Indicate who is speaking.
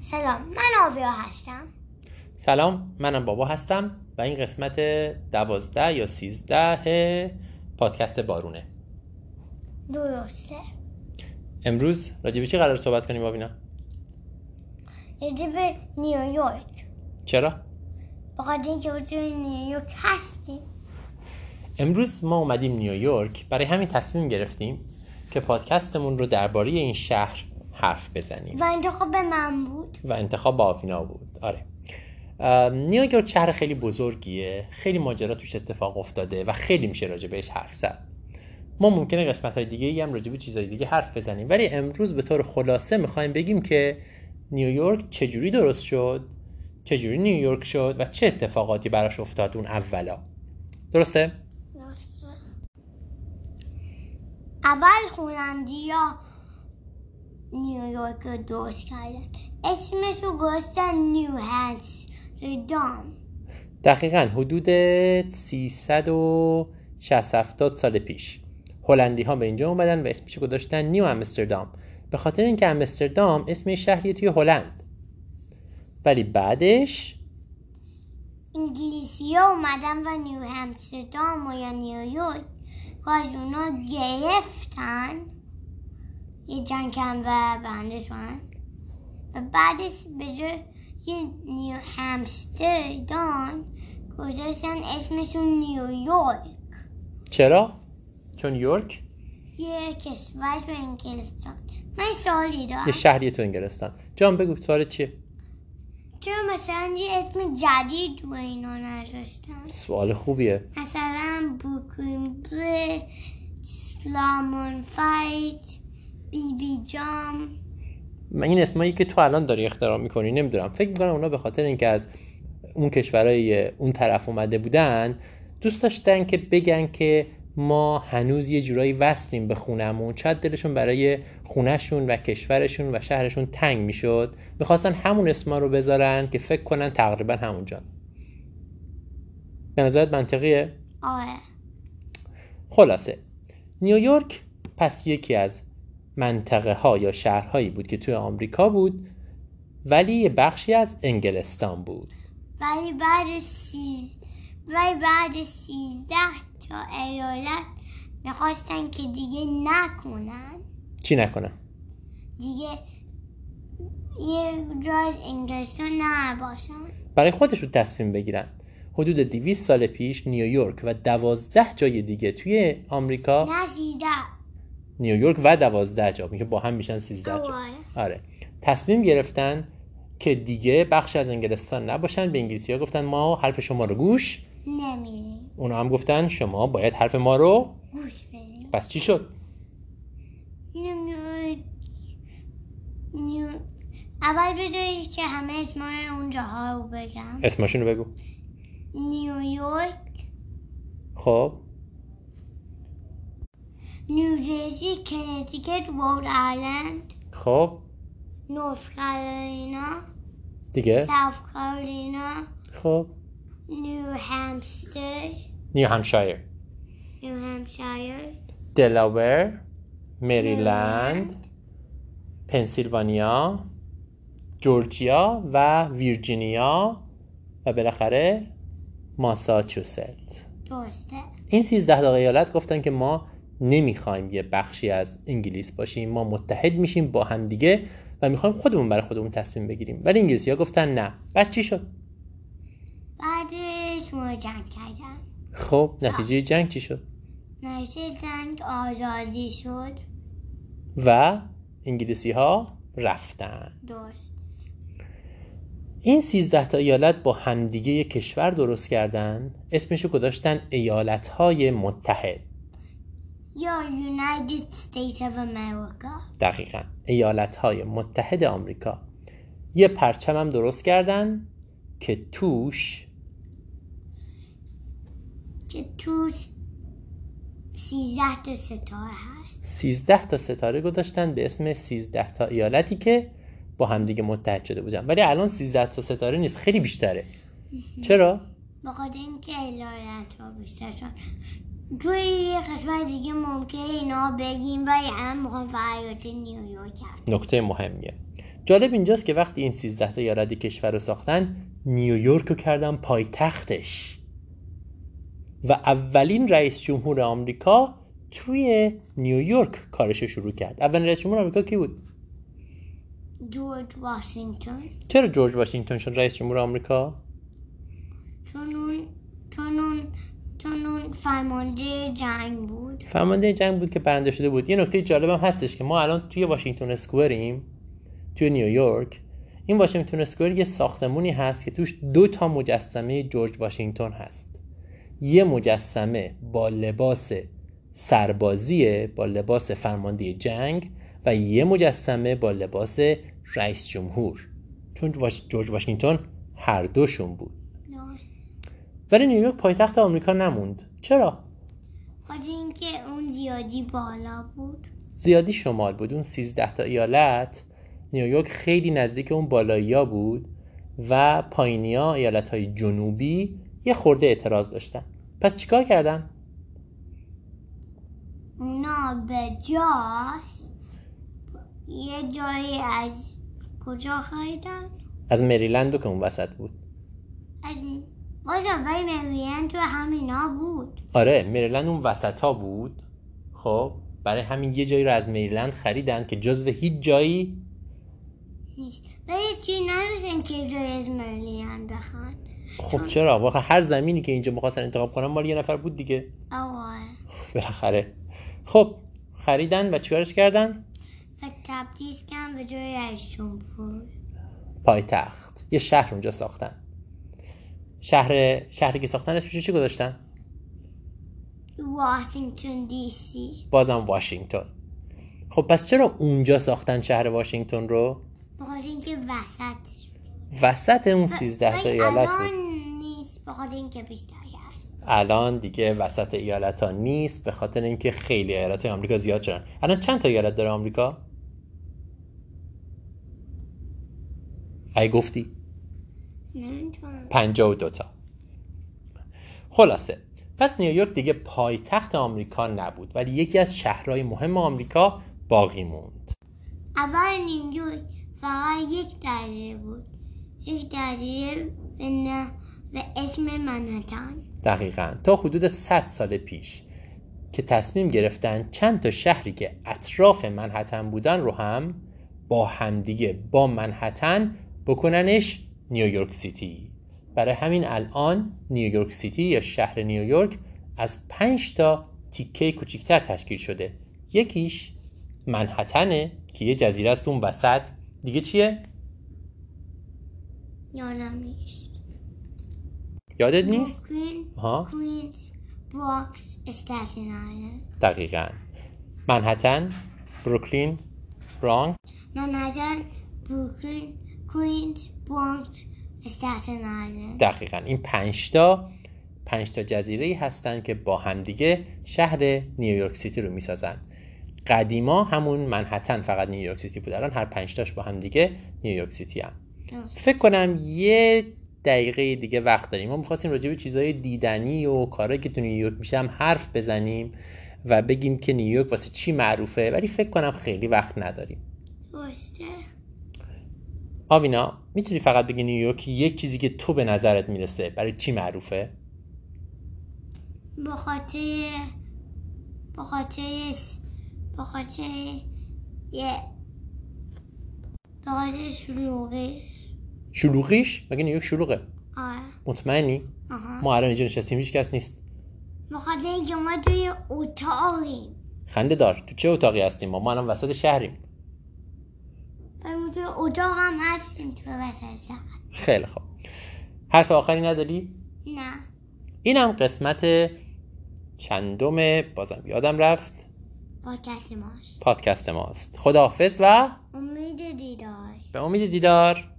Speaker 1: سلام من آویا هستم
Speaker 2: سلام منم بابا هستم و این قسمت دوازده یا سیزده پادکست بارونه
Speaker 1: درسته
Speaker 2: امروز راجع به چی قرار صحبت کنیم بابینا
Speaker 1: یعنی به نیویورک
Speaker 2: چرا
Speaker 1: بخاطر اینکه ما توی نیویورک هستیم
Speaker 2: امروز ما اومدیم نیویورک برای همین تصمیم گرفتیم که پادکستمون رو درباره این شهر حرف بزنیم
Speaker 1: و انتخاب من بود
Speaker 2: و انتخاب با آفینا بود آره ام، نیویورک شهر خیلی بزرگیه خیلی ماجرا توش اتفاق افتاده و خیلی میشه راجع بهش حرف زد ما ممکنه قسمت های دیگه هم راجع به چیزهای دیگه حرف بزنیم ولی امروز به طور خلاصه میخوایم بگیم که نیویورک چجوری درست شد چجوری نیویورک شد و چه اتفاقاتی براش افتاد اون اولا درسته؟
Speaker 1: درسته اول هلندی ها نیویورک رو درست کردن اسمش رو گذاشتن نیو هنس دام
Speaker 2: دقیقا حدود 360 70 سال پیش هلندی ها به اینجا اومدن و اسمش رو گذاشتن نیو امستردام به خاطر اینکه امستردام اسم یه شهریه توی هلند ولی بعدش
Speaker 1: انگلیسی ها اومدن و نیو همستردام و یا نیویورک و از اونا گرفتن یه جنگ هم و بنده شدن و بعدش به جای یه نیو همستردام گذاشتن اسمشون نیویورک
Speaker 2: چرا؟ چون یورک
Speaker 1: یه کشور تو انگلستان من سوالی دارم
Speaker 2: یه شهریه تو انگلستان جان بگو سوال چیه؟
Speaker 1: چرا مثلا یه اسم جدید رو اینا نذاشتن
Speaker 2: سوال خوبیه
Speaker 1: مثلا بروکلین بریج سلامون فایت بی بی جام
Speaker 2: من این اسمایی که تو الان داری اختراع میکنی نمیدونم فکر میکنم اونا به خاطر اینکه از اون کشورهای اون طرف اومده بودن دوست داشتن که بگن که ما هنوز یه جورایی وصلیم به خونمون شاید دلشون برای خونهشون و کشورشون و شهرشون تنگ میشد میخواستن همون اسما رو بذارن که فکر کنن تقریبا همونجا به نظرت منطقیه؟
Speaker 1: آره
Speaker 2: خلاصه نیویورک پس یکی از منطقه ها یا شهرهایی بود که توی آمریکا بود ولی یه بخشی از انگلستان بود
Speaker 1: ولی بعد سیز ولی بعد سیزده تا ایالت میخواستن که دیگه نکنن
Speaker 2: چی نکنم
Speaker 1: دیگه یه جای از انگلستان نباشن
Speaker 2: برای خودشون تصمیم بگیرن حدود 200 سال پیش نیویورک و دوازده جای دیگه توی آمریکا
Speaker 1: نه سیزده
Speaker 2: نیویورک و دوازده جا میگه با هم میشن 13 جا
Speaker 1: آره.
Speaker 2: آره تصمیم گرفتن که دیگه بخش از انگلستان نباشن به انگلیسی ها گفتن ما حرف شما رو گوش
Speaker 1: نمیریم
Speaker 2: اونا هم گفتن شما باید حرف ما رو
Speaker 1: گوش بدیم
Speaker 2: پس چی شد
Speaker 1: نیویورک- نیو- اول بذارید که همه اسمای اون جاها رو بگم
Speaker 2: اسمشون رو بگو
Speaker 1: نیویورک
Speaker 2: خب
Speaker 1: نیوجرسی کنتیکت رود آیلند
Speaker 2: خب
Speaker 1: نورث کارولینا
Speaker 2: دیگه
Speaker 1: ساوت کارولینا
Speaker 2: خب
Speaker 1: نیو همستر
Speaker 2: نیو همشایر
Speaker 1: نیو همشایر
Speaker 2: دلاور مریلند پنسیلوانیا جورجیا و ویرجینیا و بالاخره ماساچوست
Speaker 1: درسته
Speaker 2: این 13 تا ایالت گفتن که ما نمیخوایم یه بخشی از انگلیس باشیم ما متحد میشیم با همدیگه و میخوایم خودمون برای خودمون تصمیم بگیریم ولی انگلیسی ها گفتن نه بعد چی شد
Speaker 1: بعدش ما جنگ کردن
Speaker 2: خب نتیجه جنگ چی شد
Speaker 1: نشه جنگ آزادی شد
Speaker 2: و انگلیسی ها رفتن
Speaker 1: درست
Speaker 2: این 13 تا ایالت با همدیگه یک کشور درست کردن اسمشو گذاشتن ایالت های متحد
Speaker 1: یا United States of America
Speaker 2: دقیقا ایالت های متحد آمریکا یه پرچم هم درست کردن که توش
Speaker 1: که تو سیزده تا ستاره هست
Speaker 2: 13 تا ستاره گذاشتن به اسم 13 تا ایالتی که با همدیگه متحد شده بودن ولی الان 13 تا ستاره نیست خیلی بیشتره چرا؟
Speaker 1: بخاطر اینکه ایالت ها بیشتر شد توی یه قسمت دیگه ممکنه اینا بگیم و هم میخوام فعالیت نیویورک هست
Speaker 2: نکته مهمیه جالب اینجاست که وقتی این 13 تا ایالت کشور رو ساختن نیویورک رو کردن پایتختش و اولین رئیس جمهور آمریکا توی نیویورک کارش رو شروع کرد اولین رئیس جمهور آمریکا کی بود
Speaker 1: جورج واشنگتن
Speaker 2: چرا جورج واشنگتن شد رئیس جمهور آمریکا
Speaker 1: چون اون چون اون چون اون فرمانده جنگ بود
Speaker 2: فرمانده جنگ بود که برنده شده بود یه نکته جالبم هستش که ما الان توی واشنگتن اسکوئریم توی نیویورک این واشنگتن اسکوئر یه ساختمونی هست که توش دو تا مجسمه جورج واشنگتن هست یه مجسمه با لباس سربازیه با لباس فرمانده جنگ و یه مجسمه با لباس رئیس جمهور چون واش- جورج واشنگتن هر دوشون بود ولی نیویورک پایتخت آمریکا نموند چرا
Speaker 1: خاطر اینکه اون زیادی بالا بود
Speaker 2: زیادی شمال بود اون 13 تا ایالت نیویورک خیلی نزدیک اون بالایی ها بود و پایینیا ایالت های جنوبی یه خورده اعتراض داشتن پس چیکار کردن
Speaker 1: اونا به جاش یه جایی از کجا خریدن
Speaker 2: از مریلند که اون وسط بود
Speaker 1: از بازا ولی مریان تو همینا بود
Speaker 2: آره مریلند اون وسط ها بود خب برای همین یه جایی رو از مریلند خریدن که جزو هیچ جایی
Speaker 1: نیست ولی چی نروزن که جای از مریان بخوان
Speaker 2: خب چرا واقعا هر زمینی که اینجا میخواستن انتخاب کنن مال یه نفر بود دیگه
Speaker 1: آواه
Speaker 2: بالاخره خب خریدن و چیکارش کردن
Speaker 1: و تبدیز کردن به جای رئیس جمهور
Speaker 2: پایتخت یه شهر اونجا ساختن شهر شهری که ساختن اسمش رو چی گذاشتن
Speaker 1: واشنگتن دی سی
Speaker 2: بازم واشنگتن خب پس چرا اونجا ساختن شهر واشنگتن رو
Speaker 1: بخاطر اینکه وسطش بود.
Speaker 2: وسط اون 13
Speaker 1: ولی
Speaker 2: تا ایالت بود
Speaker 1: الان نیست بخاطر اینکه بیشتر هست
Speaker 2: الان دیگه وسط ایالت ها نیست به خاطر اینکه خیلی ایالت های آمریکا زیاد شدن الان چند تا ایالت داره آمریکا ای گفتی
Speaker 1: نمیتونم
Speaker 2: 52 تا خلاصه پس نیویورک دیگه پایتخت آمریکا نبود ولی یکی از شهرهای مهم آمریکا باقی موند
Speaker 1: اول نیویورک فقط یک درجه بود یک درجه و نه- و اسم منهتن
Speaker 2: دقیقا تا حدود 100 سال پیش که تصمیم گرفتن چند تا شهری که اطراف منحتن بودن رو هم با همدیگه با منحتن بکننش نیویورک سیتی برای همین الان نیویورک سیتی یا شهر نیویورک از 5 تا تیکه کوچیکتر تشکیل شده یکیش منحتنه که یه جزیره است اون وسط دیگه چیه؟
Speaker 1: یادم نیست
Speaker 2: یادت نیست؟
Speaker 1: کوین
Speaker 2: ها
Speaker 1: کوینز بروکس استاتن آیلند
Speaker 2: دقیقا منحتن بروکلین برانک
Speaker 1: منهتن بروکلین کوینز برونکس استاتن آیلند
Speaker 2: دقیقا این پنجتا پنجتا جزیره ای هستن که با همدیگه شهر نیویورک سیتی رو میسازن قدیما همون منحتن فقط نیویورک سیتی بود الان هر پنجتاش با همدیگه نیویورک سیتی هم فکر کنم یه دقیقه دیگه وقت داریم ما میخواستیم راجع به چیزهای دیدنی و کارهایی که تو نیویورک میشه هم حرف بزنیم و بگیم که نیویورک واسه چی معروفه ولی فکر کنم خیلی وقت نداریم
Speaker 1: درسته
Speaker 2: آوینا میتونی فقط بگی نیویورک یک چیزی که تو به نظرت میرسه برای چی معروفه
Speaker 1: به خاطر به خاطر به خاطر یه به خاطر شلوغش
Speaker 2: شلوغیش مگه نیویورک شلوغه
Speaker 1: آره
Speaker 2: مطمئنی
Speaker 1: آها
Speaker 2: ما الان اینجا نشستیم هیچ کس نیست
Speaker 1: به خاطر اینکه ما توی اتاقیم
Speaker 2: خنده دار تو چه اتاقی هستیم ما ما الان وسط شهریم
Speaker 1: و ما توی اتاق هم هستیم توی وسط شهر
Speaker 2: خیلی خوب حرف آخری نداری
Speaker 1: نه
Speaker 2: اینم قسمت چندم بازم یادم رفت
Speaker 1: با کسی ماست
Speaker 2: پادکست ماست خداحافظ و
Speaker 1: امید دیدار
Speaker 2: به امید دیدار